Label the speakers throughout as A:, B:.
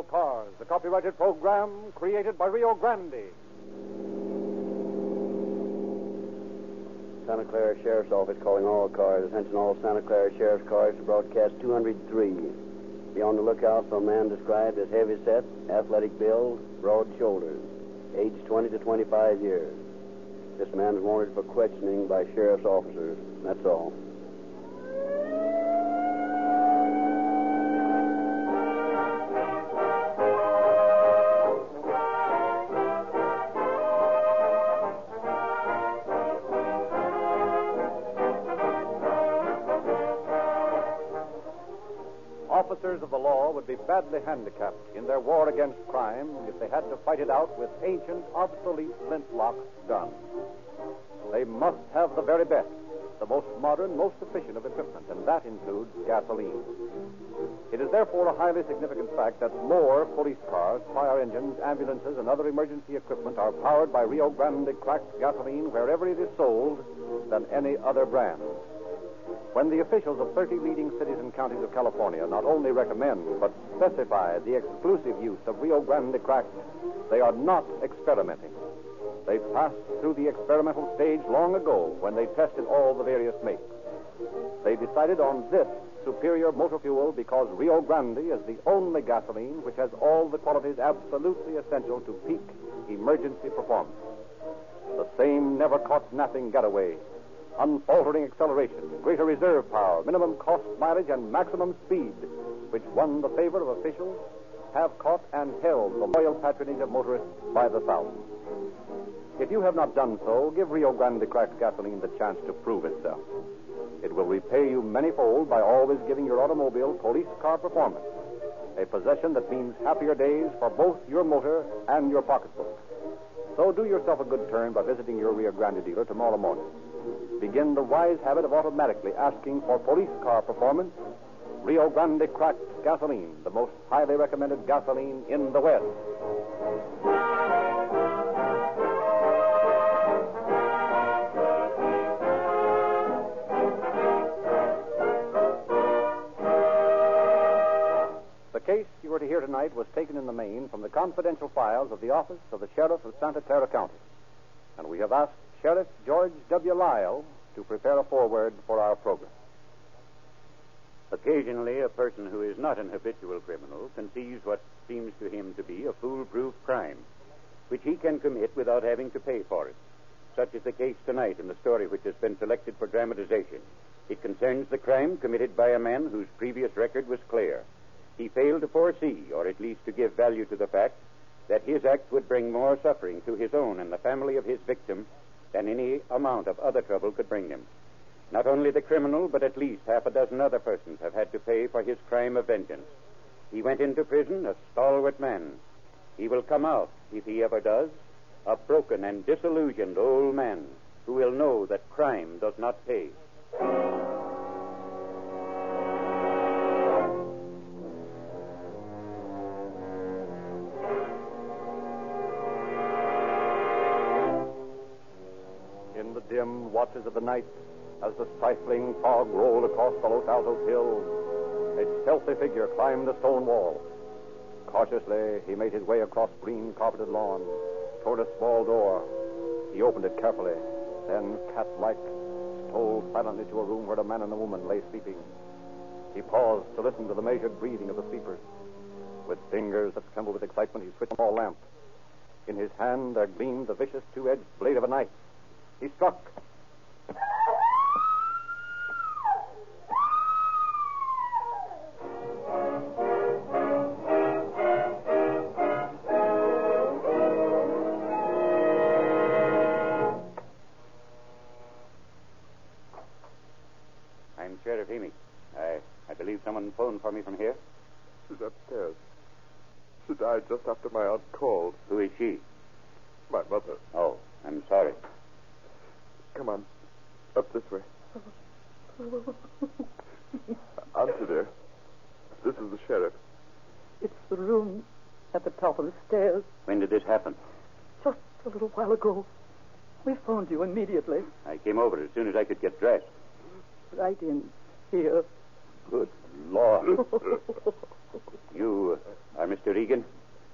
A: a copyrighted program created by Rio Grande.
B: Santa Clara Sheriff's Office calling all cars. Attention all Santa Clara Sheriff's cars to broadcast 203. Be on the lookout for a man described as heavy set, athletic build, broad shoulders, age 20 to 25 years. This man's wanted for questioning by sheriff's officers. That's all.
A: Officers of the law would be badly handicapped in their war against crime if they had to fight it out with ancient, obsolete flintlock guns. They must have the very best, the most modern, most efficient of equipment, and that includes gasoline. It is therefore a highly significant fact that more police cars, fire engines, ambulances, and other emergency equipment are powered by Rio Grande cracked gasoline wherever it is sold than any other brand. When the officials of 30 leading cities and counties of California not only recommend but specify the exclusive use of Rio Grande cracked, they are not experimenting. They passed through the experimental stage long ago when they tested all the various makes. They decided on this superior motor fuel because Rio Grande is the only gasoline which has all the qualities absolutely essential to peak emergency performance. The same never caught napping getaway, unfaltering acceleration, greater reserve power, minimum cost mileage, and maximum speed, which won the favor of officials, have caught and held the loyal patronage of motorists by the thousand. If you have not done so, give Rio Grande cracked gasoline the chance to prove itself. It will repay you manyfold by always giving your automobile police car performance, a possession that means happier days for both your motor and your pocketbook. So do yourself a good turn by visiting your Rio Grande dealer tomorrow morning. Begin the wise habit of automatically asking for police car performance. Rio Grande cracked gasoline, the most highly recommended gasoline in the West. The case you are to hear tonight was taken in the main from the confidential files of the office of the sheriff of Santa Clara County. And we have asked Sheriff George W. Lyle to prepare a foreword for our program.
C: Occasionally, a person who is not an habitual criminal conceives what seems to him to be a foolproof crime, which he can commit without having to pay for it. Such is the case tonight in the story which has been selected for dramatization. It concerns the crime committed by a man whose previous record was clear. He failed to foresee, or at least to give value to the fact, that his act would bring more suffering to his own and the family of his victim than any amount of other trouble could bring them. Not only the criminal, but at least half a dozen other persons have had to pay for his crime of vengeance. He went into prison a stalwart man. He will come out, if he ever does, a broken and disillusioned old man who will know that crime does not pay.
A: In the dim watches of the night, as the stifling fog rolled across the Los Altos Hill, a stealthy figure climbed the stone wall. Cautiously, he made his way across green carpeted lawn toward a small door. He opened it carefully, then, cat like, stole silently to a room where a man and a woman lay sleeping. He paused to listen to the measured breathing of the sleepers. With fingers that trembled with excitement, he switched on a small lamp. In his hand, there gleamed the vicious two edged blade of a knife. He struck.
C: I'm Sheriff Heamy. I, I believe someone phoned for me from here.
D: She's upstairs. She died just after my aunt called.
C: Who is she?
D: My mother.
C: Oh, I'm sorry.
D: Come on. Up this way. Auntie dear. This is the sheriff.
E: It's the room at the top of the stairs.
C: When did this happen?
E: Just a little while ago. We phoned you immediately.
C: I came over as soon as I could get dressed.
E: Right in here.
A: uh,
C: Good Lord. you are Mr. Regan?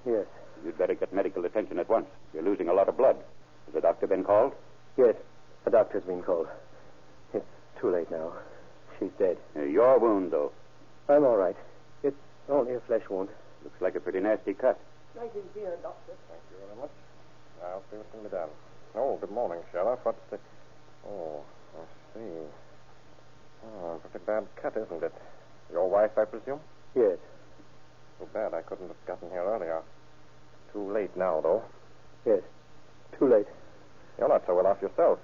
B: Yes.
A: You'd better get medical attention at once. You're losing a lot of blood. Has the doctor been called?
B: Yes. A doctor's been called. It's too late now. She's dead.
A: Uh, your wound, though,
B: I'm all right. It's only a flesh wound.
A: looks like a pretty nasty cut.
E: Right in here, Doctor.
C: Thank you very much. I'll see what can be done. Oh, good morning, Sheriff. What's the. Oh, I see. Oh, pretty bad cut, isn't it? Your wife, I presume?
B: Yes.
C: Too bad I couldn't have gotten here earlier. Too late now, though.
B: Yes. Too late.
C: You're not so well off yourself.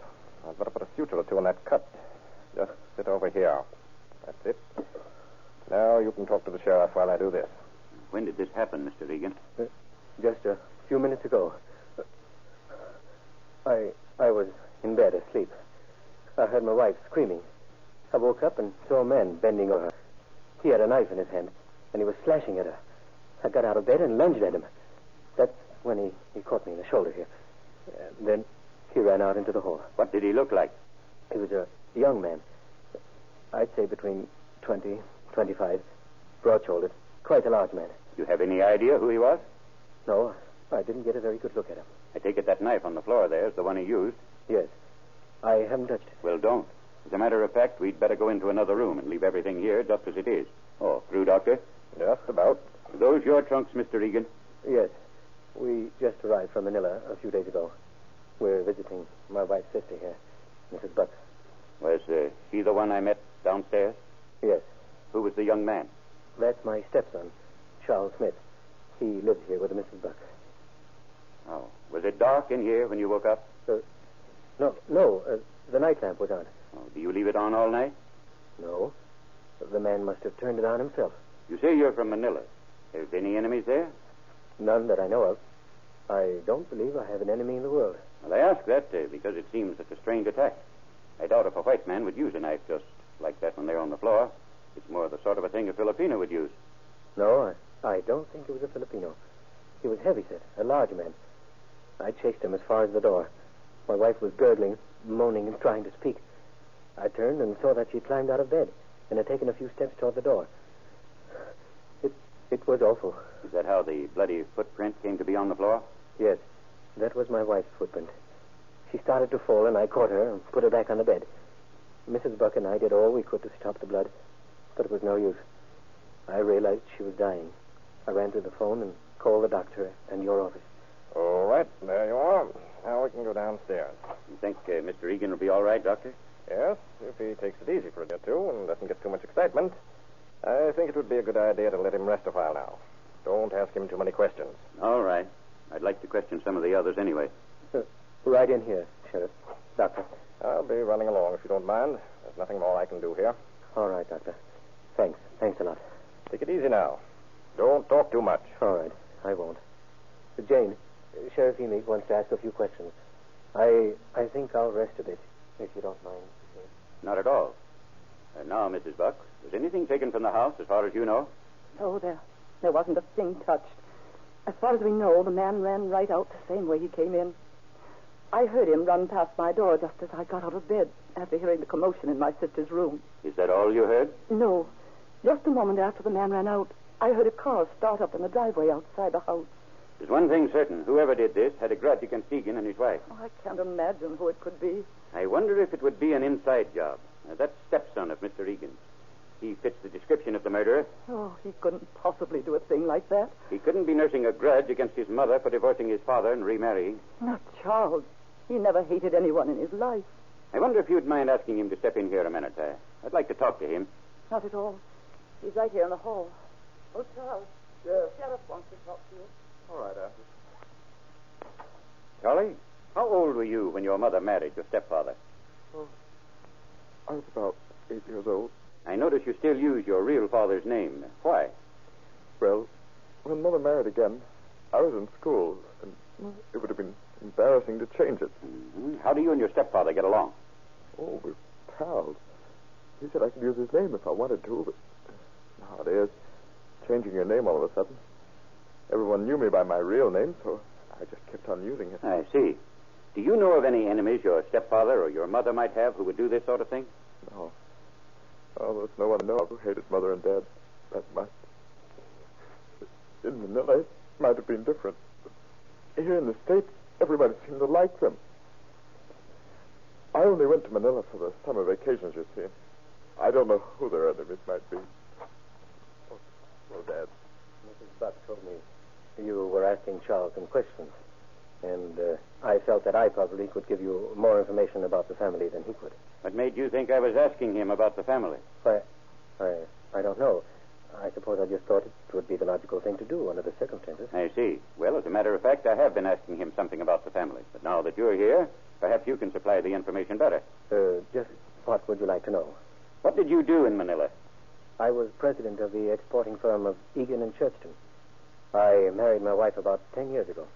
C: I'd better put a suture or two on that cut. Just sit over here. That's it. Now you can talk to the sheriff while I do this.
A: When did this happen, Mr. Regan?
B: Just a few minutes ago. I I was in bed asleep. I heard my wife screaming. I woke up and saw a man bending over her. He had a knife in his hand, and he was slashing at her. I got out of bed and lunged at him. That's when he, he caught me in the shoulder here. And then he ran out into the hall.
A: What did he look like?
B: He was a young man. I'd say between 20, 25, broad-shouldered, quite a large man.
A: You have any idea who he was?
B: No, I didn't get a very good look at him.
A: I take it that knife on the floor there is the one he used.
B: Yes. I haven't touched it.
A: Well, don't. As a matter of fact, we'd better go into another room and leave everything here just as it is. Oh, through, Doctor?
C: Just about.
A: Are those your trunks, Mr. Regan?
B: Yes. We just arrived from Manila a few days ago. We're visiting my wife's sister here, Mrs. Buck.
A: Was uh, she the one I met downstairs?
B: Yes.
A: Who was the young man?
B: That's my stepson, Charles Smith. He lives here with Mrs. Buck.
A: Oh. Was it dark in here when you woke up?
B: No, no, uh, the night lamp was on.
A: Oh, do you leave it on all night?
B: No. The man must have turned it on himself.
A: You say you're from Manila. Have any enemies there?
B: None that I know of. I don't believe I have an enemy in the world.
A: Well, I ask that uh, because it seems such a strange attack. I doubt if a white man would use a knife just like that when they're on the floor. It's more the sort of a thing a Filipino would use.
B: No, I, I don't think he was a Filipino. He was heavy set, a large man. I chased him as far as the door. My wife was gurgling, moaning, and trying to speak. I turned and saw that she climbed out of bed and had taken a few steps toward the door. It it was awful.
A: Is that how the bloody footprint came to be on the floor?
B: Yes, that was my wife's footprint. She started to fall, and I caught her and put her back on the bed. Mrs. Buck and I did all we could to stop the blood, but it was no use. I realized she was dying. I ran to the phone and called the doctor and your office.
C: All right, there you are. Now we can go downstairs.
A: You think uh, Mr. Regan will be all right, Doctor?
C: Yes, if he takes it easy for a day or two and doesn't get too much excitement, I think it would be a good idea to let him rest a while now. Don't ask him too many questions.
A: All right. I'd like to question some of the others anyway.
B: Right in here, Sheriff. Doctor.
C: I'll be running along if you don't mind. There's nothing more I can do here.
B: All right, Doctor. Thanks. Thanks a lot.
C: Take it easy now. Don't talk too much.
B: All right. I won't. Jane, Sheriff Enoch wants to ask a few questions. I I think I'll rest a bit, if you don't mind.
A: Not at all. And now, Mrs. Buck, was anything taken from the house as far as you know?
E: No, Oh, there, there wasn't a thing touched. As far as we know, the man ran right out the same way he came in. I heard him run past my door just as I got out of bed after hearing the commotion in my sister's room.
A: Is that all you heard?
E: No, just a moment after the man ran out, I heard a car start up in the driveway outside the house.
A: There's one thing certain. Whoever did this had a grudge against Egan and his wife.
E: Oh, I can't imagine who it could be.
A: I wonder if it would be an inside job. Now, that stepson of Mr. Egan's. He fits the description of the murderer.
E: Oh, he couldn't possibly do a thing like that.
A: He couldn't be nursing a grudge against his mother for divorcing his father and remarrying.
E: Not Charles. He never hated anyone in his life.
A: I wonder if you'd mind asking him to step in here a minute. Uh, I'd like to talk to him.
E: Not at all. He's right here in the hall. Oh, Charles. Yes. The sheriff wants to talk to you.
C: All right, Arthur.
A: Charlie, how old were you when your mother married your stepfather?
D: I was about eight years old.
A: I notice you still use your real father's name. Why?
D: Well, when Mother married again, I was in school, and it would have been embarrassing to change it.
A: Mhm. How do you and your stepfather get along?
D: Oh, we're pals. He said I could use his name if I wanted to, but nowadays, changing your name all of a sudden. Everyone knew me by my real name, so I just kept on using it.
A: I see. Do you know of any enemies your stepfather or your mother might have who would do this sort of thing?
D: No. Oh, there's no one I know of who hated Mother and Dad that much. In Manila, might have been different. Here in the States, everybody seemed to like them. I only went to Manila for the summer vacations, you see. I don't know who their enemies might be. Oh, well, Dad.
B: Mrs. Butt told me you were asking Charles some questions, and uh, I felt that I probably could give you more information about the family than he could.
C: What made you think I was asking him about the family?
B: Why, I, I don't know. I suppose I just thought it would be the logical thing to do under the circumstances.
C: I see. Well, as a matter of fact, I have been asking him something about the family. But now that you're here, perhaps you can supply the information better.
B: Uh, just what would you like to know?
C: What did you do in Manila?
B: I was president of the exporting firm of Egan and Churchton. I married my wife about ten years ago.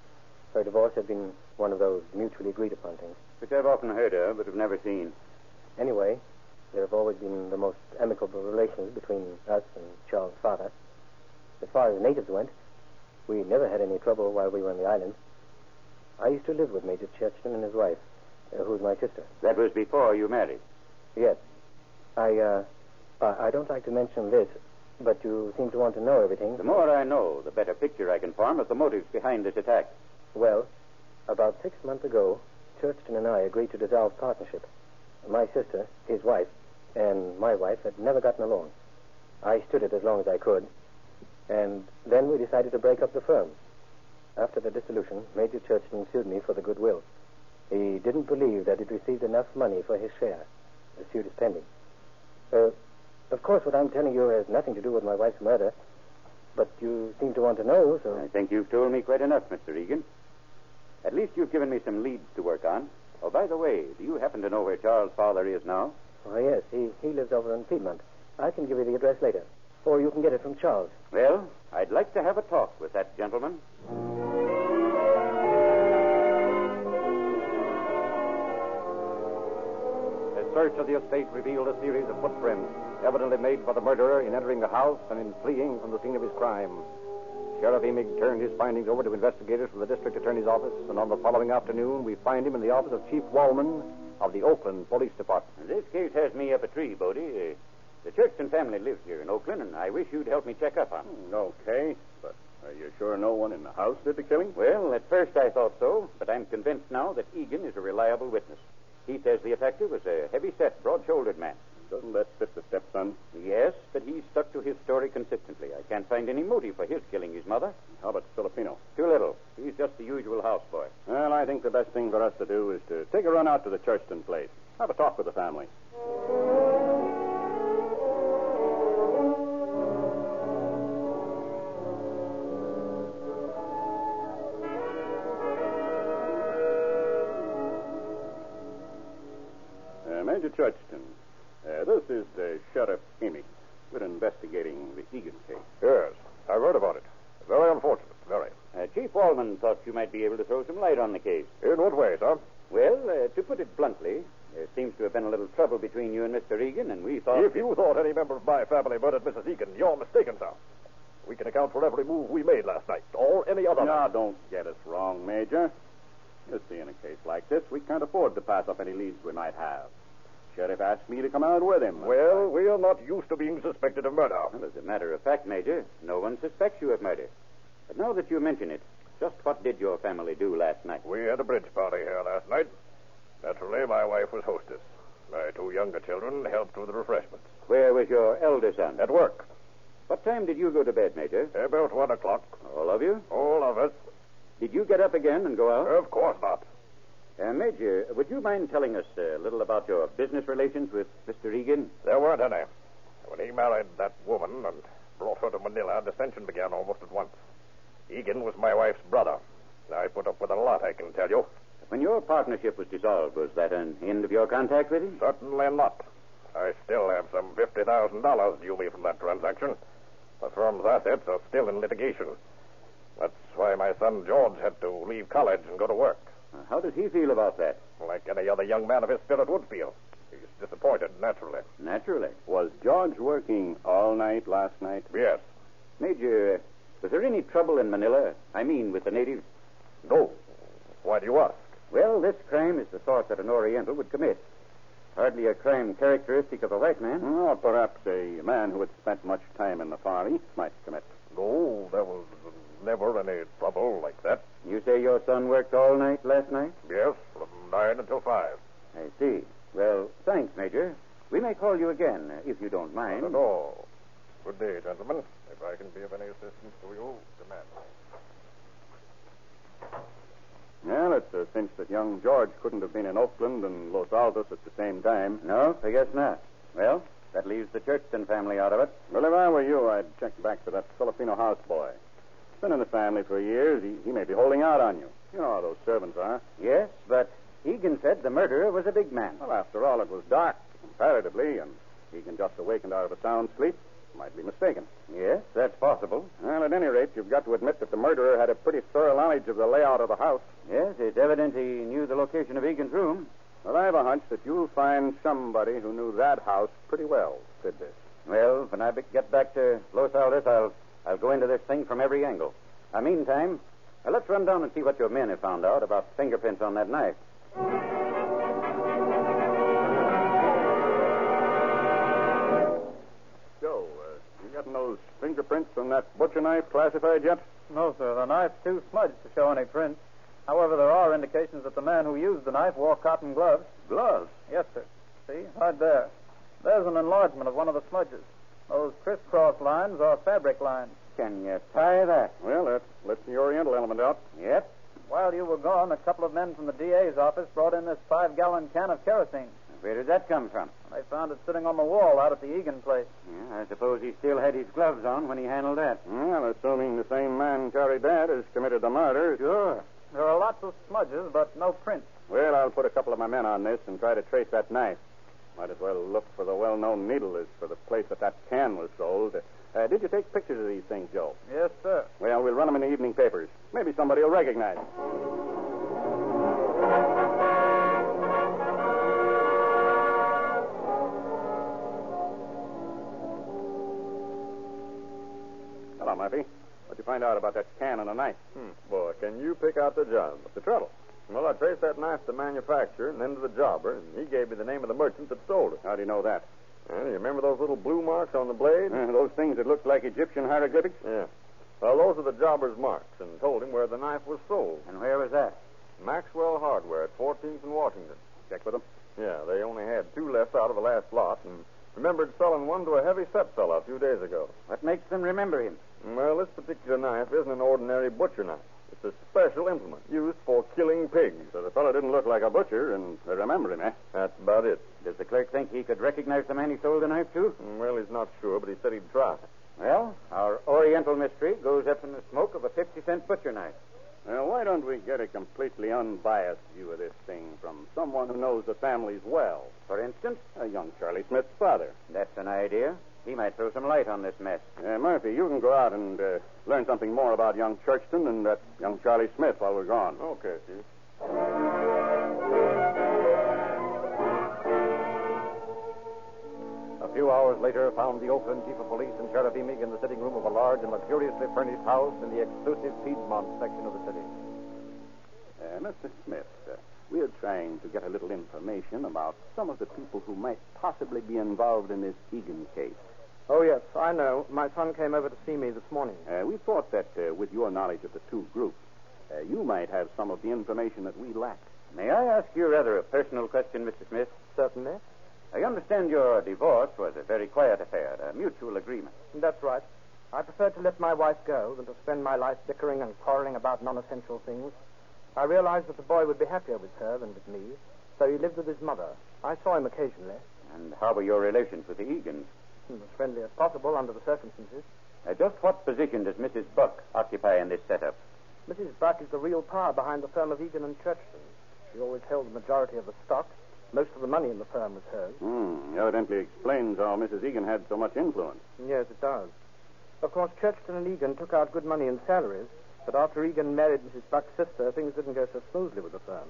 B: Her divorce had been one of those mutually agreed upon things.
C: Which I've often heard of, but have never seen.
B: Anyway, there have always been the most amicable relations between us and Charles' father. As far as natives went, we never had any trouble while we were in the islands. I used to live with Major Churchton and his wife, uh, who's my sister.
C: That was before you married.
B: Yes. I, uh, I I don't like to mention this, but you seem to want to know everything.
C: The more I know, the better picture I can form of the motives behind this attack.
B: Well, about six months ago, Churchton and I agreed to dissolve partnership. My sister, his wife, and my wife had never gotten along. I stood it as long as I could, and then we decided to break up the firm. After the dissolution, Major Churchton sued me for the goodwill. He didn't believe that he'd received enough money for his share. The suit is pending. Uh, of course, what I'm telling you has nothing to do with my wife's murder, but you seem to want to know, so.
C: I think you've told me quite enough, Mr. Egan. At least you've given me some leads to work on. Oh, by the way, do you happen to know where Charles' father is now?
B: Oh, yes, he, he lives over in Piedmont. I can give you the address later, or you can get it from Charles.
C: Well, I'd like to have a talk with that gentleman.
A: A search of the estate revealed a series of footprints, evidently made by the murderer in entering the house and in fleeing from the scene of his crime. Sheriff Emig turned his findings over to investigators from the district attorney's office, and on the following afternoon, we find him in the office of Chief Wallman of the Oakland Police Department.
C: This case has me up a tree, Bodie. Uh, The Churchton family lives here in Oakland, and I wish you'd help me check up on them.
F: Hmm, Okay, but are you sure no one in the house did the killing?
C: Well, at first I thought so, but I'm convinced now that Egan is a reliable witness. He says the attacker was a heavy set, broad shouldered man.
F: Doesn't that fit the stepson?
C: Yes, but he stuck to his story consistently. I can't find any motive for his killing his mother.
F: How about Filipino?
C: Too little. He's just the usual houseboy.
F: Well, I think the best thing for us to do is to take a run out to the Churchton place. Have a talk with the family. Uh, Major Churchton, uh, this is the Sheriff Emmy. We're investigating the Egan case.
D: Yes, I heard about it. Very unfortunate, very.
C: Uh, Chief Wallman thought you might be able to throw some light on the case.
D: In what way, sir?
C: Well, uh, to put it bluntly, there seems to have been a little trouble between you and Mr. Egan, and we thought.
D: If you thought any member of my family murdered Mrs. Egan, you're mistaken, sir. We can account for every move we made last night, or any other.
F: Now, don't get us wrong, Major. You see, in a case like this, we can't afford to pass up any leads we might have. Sheriff asked me to come out with him.
D: Well, we are not used to being suspected of murder.
C: Well, as a matter of fact, Major, no one suspects you of murder. But now that you mention it, just what did your family do last night?
D: We had a bridge party here last night. Naturally, my wife was hostess. My two younger children helped with the refreshments.
C: Where was your elder son?
D: At work,
C: What time did you go to bed, Major?
D: about one o'clock,
C: All of you?
D: all of us.
C: Did you get up again and go out?
D: Of course not.
C: Uh, Major, would you mind telling us uh, a little about your business relations with Mr. Egan?
D: There weren't any. When he married that woman and brought her to Manila, dissension began almost at once. Egan was my wife's brother. I put up with a lot, I can tell you.
C: When your partnership was dissolved, was that an end of your contact with him?
D: Certainly not. I still have some $50,000 due me from that transaction. The firm's assets are still in litigation. That's why my son George had to leave college and go to work,
C: Uh, How does he feel about that?
D: like any other young man of his spirit would feel. He's disappointed, naturally.
C: Naturally.
F: Was George working all night last night?
D: Yes.
C: Major, uh, was there any trouble in Manila? I mean, with the natives?
D: No. Why do you ask?
C: Well, this crime is the sort that an Oriental would commit. Hardly a crime characteristic of a white man.
F: Or perhaps a man who had spent much time in the Far East might commit.
D: No, there was
F: never any trouble like that.
C: You say your son worked all night last night?
F: Yes, from nine until five.
C: I see. Well, thanks, Major. We may call you again, uh, if you don't mind.
F: Not at all. Good day, gentlemen. If I can be of any assistance to you, demand me.
A: Well, it's a cinch that young George couldn't have been in Oakland and Los Altos at the same time.
C: No, I guess not. Well, that leaves the Churchton family out of it.
A: Well, if I were you, I'd check back to that Filipino houseboy. Been in the family for years. He, he may be holding out on you. You know how those servants are.
C: Yes, but Egan said the murderer was a big man.
A: Well, after all, it was dark, comparatively, and he can just awakened out of a sound sleep. Might be mistaken.
C: Yes, that's possible.
A: Well, at any rate, you've got to admit that the murderer had a pretty thorough knowledge of the layout of the house.
C: Yes, it's evident he knew the location of Egan's room.
A: Well, I have a hunch that you'll find somebody who knew that house pretty well, Tidbit.
C: Well, when I be- get back to Los Altos, I'll, I'll go into this thing from every angle. Uh, meantime, uh, let's run down and see what your men have found out about fingerprints on that knife.
A: Joe, uh, you gotten those fingerprints on that butcher knife classified yet?
G: No, sir. The knife's too smudged to show any prints. However, there are indications that the man who used the knife wore cotton gloves.
A: Gloves?
G: Yes, sir. See, right there. There's an enlargement of one of the smudges. Those crisscross lines are fabric lines.
C: Can you tie that?
A: Well, that lets the Oriental element out.
C: Yep.
G: While you were gone, a couple of men from the DA's office brought in this five gallon can of kerosene.
C: Where did that come from?
G: They found it sitting on the wall out at the Egan place.
C: Yeah, I suppose he still had his gloves on when he handled that.
A: Well, assuming the same man carried that has committed the murder.
C: Sure.
G: There are lots of smudges, but no prints.
A: Well, I'll put a couple of my men on this and try to trace that knife. Might as well look for the well-known needle as for the place that that can was sold. Uh, did you take pictures of these things, Joe?
G: Yes, sir.
A: Well, we'll run them in the evening papers. Maybe somebody will recognize it. Hello, Murphy. What'd you find out about that can and a knife?
D: Hmm. Boy, can you pick out the job?
A: What's the trouble?
D: Well, I traced that knife to the manufacturer and then to the jobber, and he gave me the name of the merchant that sold it.
A: How do you know that?
D: Well, you remember those little blue marks on the blade?
A: Uh, those things that looked like Egyptian hieroglyphics?
D: Yeah. Well, those are the jobber's marks, and told him where the knife was sold.
C: And where was that?
D: Maxwell Hardware at 14th and Washington.
A: Check with them.
D: Yeah, they only had two left out of the last lot, and remembered selling one to a heavy set fellow a few days ago.
C: What makes them remember him?
D: Well, this particular knife isn't an ordinary butcher knife. It's a special implement used for killing pigs.
A: So the fellow didn't look like a butcher, and they remember him, eh?
D: That's about it.
C: Does the clerk think he could recognize the man he sold the knife to?
A: Mm,
D: Well, he's not sure, but he said he'd try.
C: Well, our Oriental mystery goes up in the smoke of a 50 cent butcher knife.
A: Now, why don't we get a completely unbiased view of this thing from someone who knows the families well?
C: For instance,
A: Uh, young Charlie Smith's father.
C: that's an idea. He might throw some light on this mess.
A: Uh, Murphy, you can go out and uh, learn something more about young Churchton and that young Charlie Smith while we're gone.
D: Okay, Chief.
A: A few hours later, found the Oakland chief of police and Sheriff Emig in the sitting room of a large and luxuriously furnished house in the exclusive Piedmont section of the city. Uh, Mr. Smith, uh, we're trying to get a little information about some of the people who might possibly be involved in this Egan case.
H: Oh, yes, I know. My son came over to see me this morning.
A: Uh, we thought that uh, with your knowledge of the two groups, uh, you might have some of the information that we lack.
C: May I ask you rather a personal question, Mr. Smith?
H: Certainly.
C: I understand your divorce was a very quiet affair, a mutual agreement.
H: That's right. I prefer to let my wife go than to spend my life bickering and quarreling about non-essential things. I realized that the boy would be happier with her than with me, so he lived with his mother. I saw him occasionally,
C: And how were your relations with the Egans?
H: hmm, as friendly as possible under the circumstances.
C: Uh, just what position does Mrs. Buck occupy in this setup?
H: Mrs. Buck is the real power behind the firm of Egan and Churchton. She always held the majority of the stock. Most of the money in the firm was hers.
A: Hmm, evidently explains how Mrs. Egan had so much influence.
H: Yes, it does. Of course, Churchton and Egan took out good money in salaries, but after Egan married Mrs. Buck's sister, things didn't go so smoothly with the firm,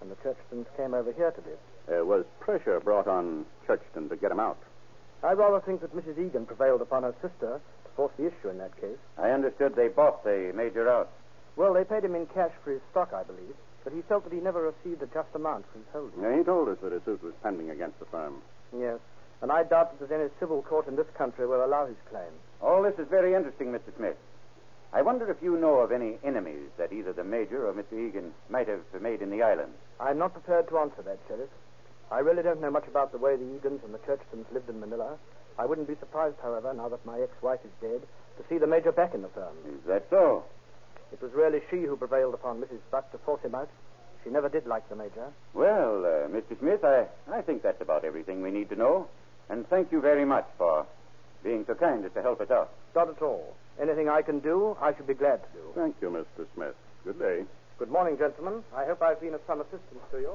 H: and the Churchtons came over here to live.
A: Uh, was pressure brought on Churchton to get him out?
H: I rather think that Mrs. Egan prevailed upon her sister to force the issue in that case.
C: I understood they bought the major out.
H: Well, they paid him in cash for his stock, I believe, but he felt that he never received a just amount for his holding.
A: Yeah, he told us that a suit was pending against the firm.
H: Yes, and I doubt that any civil court in this country will allow his claim.
C: All this is very interesting, Mr. Smith. I wonder if you know of any enemies that either the Major or Mr. Egan might have made in the island.
I: I'm not prepared to answer that, Sheriff. I really don't know much about the way the Egans and the Churchtons lived in Manila. I wouldn't be surprised, however, now that my ex-wife is dead, to see the Major back in the firm.
C: Is that so?
I: It was really she who prevailed upon Mrs. Butt to force him out. She never did like the Major.
C: Well, uh, Mr. Smith, I, I think that's about everything we need to know. And thank you very much for being so kind as to help us out.
I: Not at all. Anything I can do, I should be glad to do.
A: Thank you, Mr. Smith. Good day.
I: Good morning, gentlemen. I hope I've been of some assistance to you.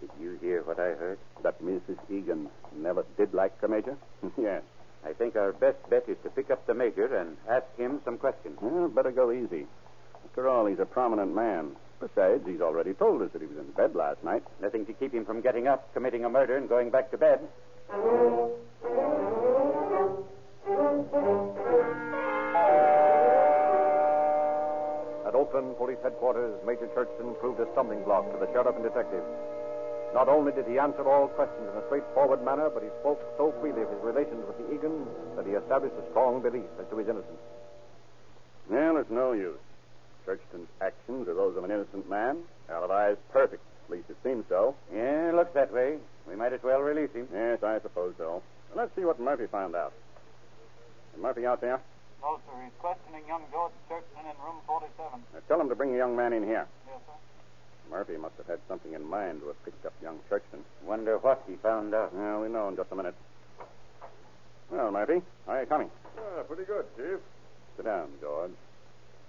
C: Did you hear what I heard?
A: That Mrs. Egan never did like the Major?
C: yes. I think our best bet is to pick up the Major and ask him some questions.
A: Well, better go easy. After all, he's a prominent man. Besides, he's already told us that he was in bed last night.
C: Nothing to keep him from getting up, committing a murder, and going back to bed.
J: At Oakland Police Headquarters, Major Churchton proved a stumbling block to the sheriff and detective. Not only did he answer all questions in a straightforward manner, but he spoke so freely of his relations with the Egan that he established a strong belief as to his innocence.
A: Well, it's no use. Churchton's actions are those of an innocent man. Alibi is perfect. At least it seems so.
C: Yeah, looks that way. We might as well release him.
A: Yes, I suppose so. Well, let's see what Murphy found out. Is Murphy out there?
K: No, sir. He's questioning young George Churchman in room 47.
A: Now, tell him to bring the young man in here.
K: Yes, sir.
A: Murphy must have had something in mind to have picked up young Churchton.
C: Wonder what he found out.
A: Well, we know in just a minute. Well, Murphy, how are you coming?
D: Yeah, Ah, pretty good, Chief.
A: Sit down, George.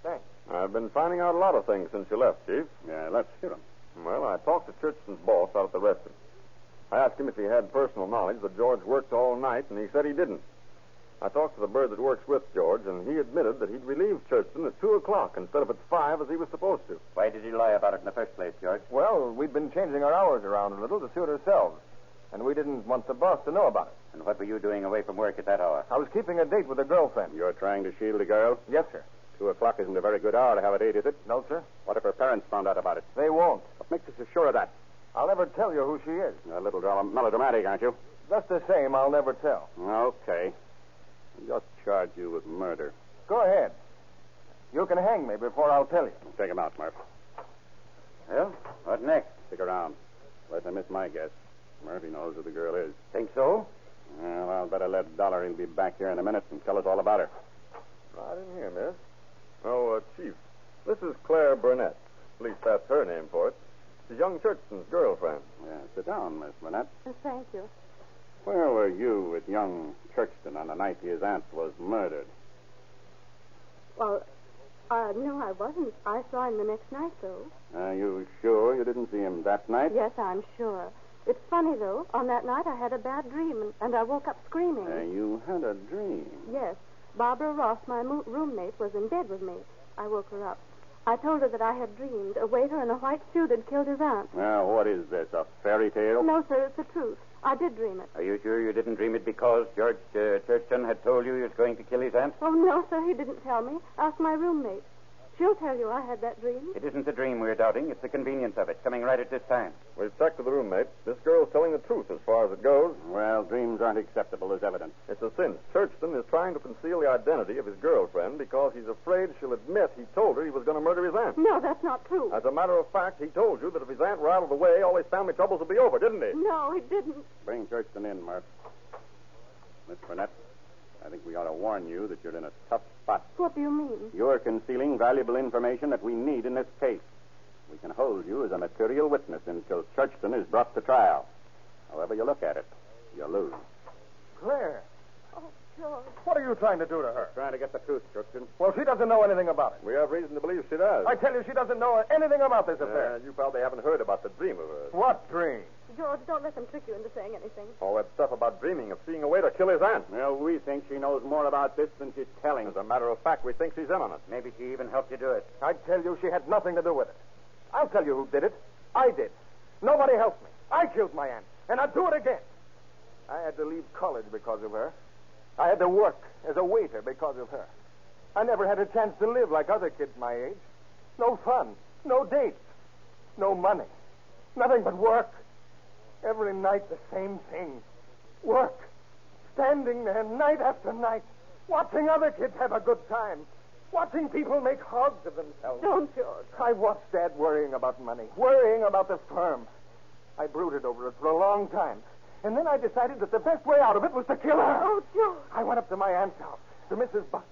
I: Thanks.
D: I've been finding out a lot of things since you left, Chief.
A: Yeah, let's hear them.
D: Well, I talked to Churchton's boss out at the restaurant. I asked him if he had personal knowledge that George worked all night, and he said he didn't. I talked to the bird that works with George, and he admitted that he'd relieved Churchton at 2 o'clock instead of at 5 as he was supposed to.
C: Why did he lie about it in the first place, George?
D: Well, we'd been changing our hours around a little to suit ourselves, and we didn't want the boss to know about it.
C: And what were you doing away from work at that hour?
D: I was keeping a date with a girlfriend.
A: You're trying to shield a girl?
D: Yes, sir.
A: Two o'clock isn't a very good hour to have a date, is it?
D: No, sir.
A: What if her parents found out about it?
D: They won't.
A: What makes you so sure of that?
D: I'll never tell you who she is.
A: You're a little melodramatic, aren't you?
D: Just the same, I'll never tell.
A: Okay. I'll just charge you with murder.
D: Go ahead. You can hang me before I'll tell you.
A: Take him out, Murph.
C: Well, what next?
A: Stick around. Unless I miss my guess. Murphy knows who the girl is.
C: Think so?
A: Well, I'll better let Dollar in be back here in a minute and tell us all about her.
D: Right in here, miss. Oh, uh, Chief, this is Claire Burnett. At least that's her name for it. She's young Churchton's girlfriend.
A: Yeah, sit down, Miss Burnett.
E: Uh, thank you.
A: Where were you with young Churchton on the night his aunt was murdered?
E: Well, uh, no, I wasn't. I saw him the next night, though.
A: Are you sure you didn't see him that night?
E: Yes, I'm sure. It's funny, though. On that night, I had a bad dream, and, and I woke up screaming.
A: Uh, you had a dream?
E: Yes. Barbara Ross, my mo- roommate, was in bed with me. I woke her up. I told her that I had dreamed a waiter in a white suit had killed his aunt. Oh,
A: Now, what is this, a fairy tale?
E: No, sir, it's the truth. I did dream it.
C: Are you sure you didn't dream it because George uh, Churchton had told you he was going to kill his aunt?
E: Oh, no, sir, he didn't tell me. Ask my roommate. She'll tell you I had that dream.
C: It isn't the dream we're doubting. It's the convenience of it, coming right at this time.
D: We've checked with the roommate. This girl's telling the truth as far as it goes.
A: Well, dreams aren't acceptable as evidence.
D: It's a sin. Churchton is trying to conceal the identity of his girlfriend because he's afraid she'll admit he told her he was going to murder his aunt.
E: No, that's not true.
D: As a matter of fact, he told you that if his aunt were out of the way, all his family troubles would be over, didn't he?
E: No, he didn't.
A: Bring Churchton in, Murph. Miss Burnett, I think we ought to warn you that you're in a tough spot.
E: What do you mean?
A: You're concealing valuable information that we need in this case. We can hold you as a material witness until Churchton is brought to trial. However you look at it, you lose.
I: Claire,
E: Oh, George.
D: What are you trying to do to her?
A: Trying to get the truth, Churchton.
D: Well, she doesn't know anything about it.
A: We have reason to believe she does.
D: I tell you, she doesn't know anything about this
A: Uh,
D: affair.
A: you probably haven't heard about the dream of hers.
D: What dream?
E: George, don't let them trick you into saying anything.
D: All that stuff about dreaming of seeing a way to kill his aunt.
A: Well, we think she knows more about this than she's telling.
D: As a matter of fact, we think she's in on it.
C: Maybe she even helped you do it.
D: I tell you, she had nothing to do with it. I'll tell you who did it. I did. Nobody helped me. I killed my aunt, and I'll do it again. I had to leave college because of her. I had to work as a waiter because of her. I never had a chance to live like other kids my age. No fun, no dates, no money, nothing but work. Every night the same thing. Work. Standing there night after night, Watching other kids have a good time. Watching people make hogs of themselves.
E: Don't,
D: George. I watched Dad worrying about money, worrying about the firm. I brooded over it for a long time. And then I decided that the best way out of it was to kill her.
E: Oh, George.
D: I went up to my aunt's house, to Mrs. Buck.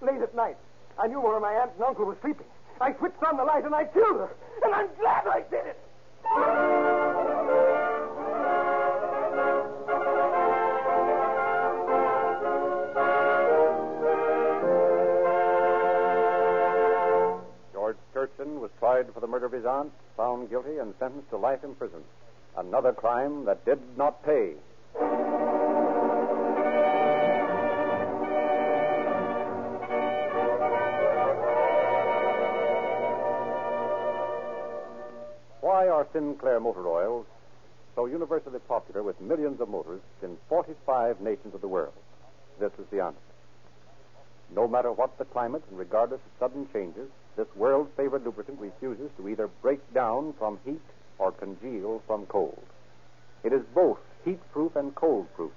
D: Late at night, I knew where my aunt and uncle were sleeping. I switched on the light and I killed her. And I'm glad I did it.
A: George Churchin was tried for the murder of his aunt, found guilty, and sentenced to life in prison. Another crime that did not pay. Why are Sinclair motor oils so universally popular with millions of motors in 45 nations of the world? This is the answer. No matter what the climate and regardless of sudden changes, this world favored lubricant refuses to either break down from heat or congeal from cold. It is both heat proof and cold proof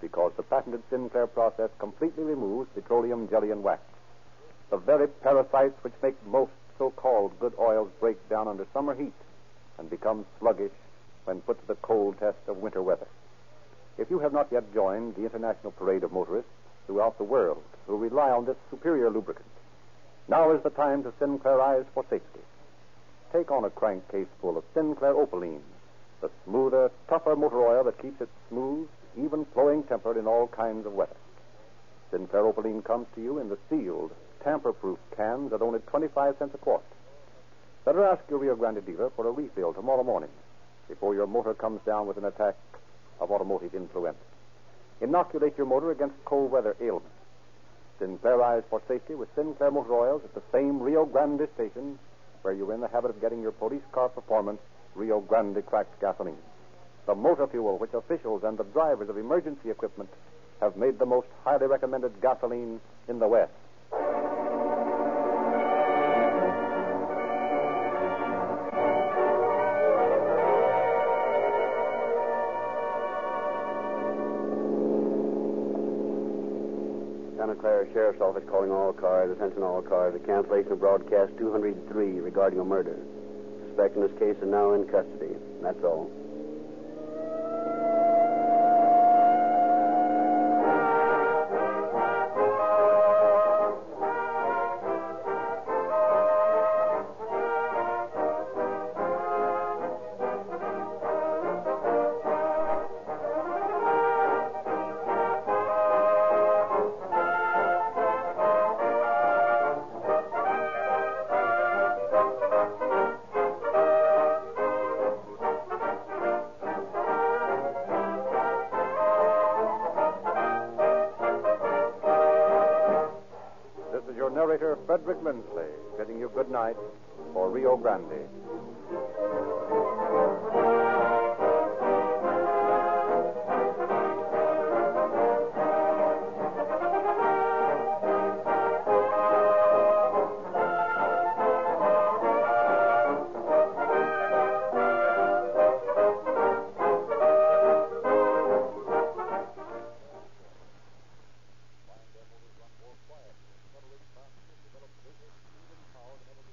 A: because the patented Sinclair process completely removes petroleum jelly and wax. The very parasites which make most so called good oils break down under summer heat and become sluggish when put to the cold test of winter weather. If you have not yet joined the international parade of motorists throughout the world who rely on this superior lubricant, now is the time to Sinclairize for safety. Take on a crankcase full of Sinclair Opaline, the smoother, tougher motor oil that keeps its smooth, even flowing temper in all kinds of weather. Sinclair Opaline comes to you in the sealed, tamper proof cans at only 25 cents a quart. Better ask your Rio Grande dealer for a refill tomorrow morning before your motor comes down with an attack of automotive influenza. Inoculate your motor against cold weather ailments. Sinclair Eyes for safety with Sinclair Motor Oils at the same Rio Grande station where you're in the habit of getting your police car performance Rio Grande cracked gasoline. The motor fuel which officials and the drivers of emergency equipment have made the most highly recommended gasoline in the West.
C: Santa Clara Sheriff's Office calling all cars, attention all cars, the cancellation of broadcast 203 regarding a murder. Suspect in this case is now in custody. That's all.
A: This is your narrator, Frederick Lindsley, bidding you good night for Rio Grande.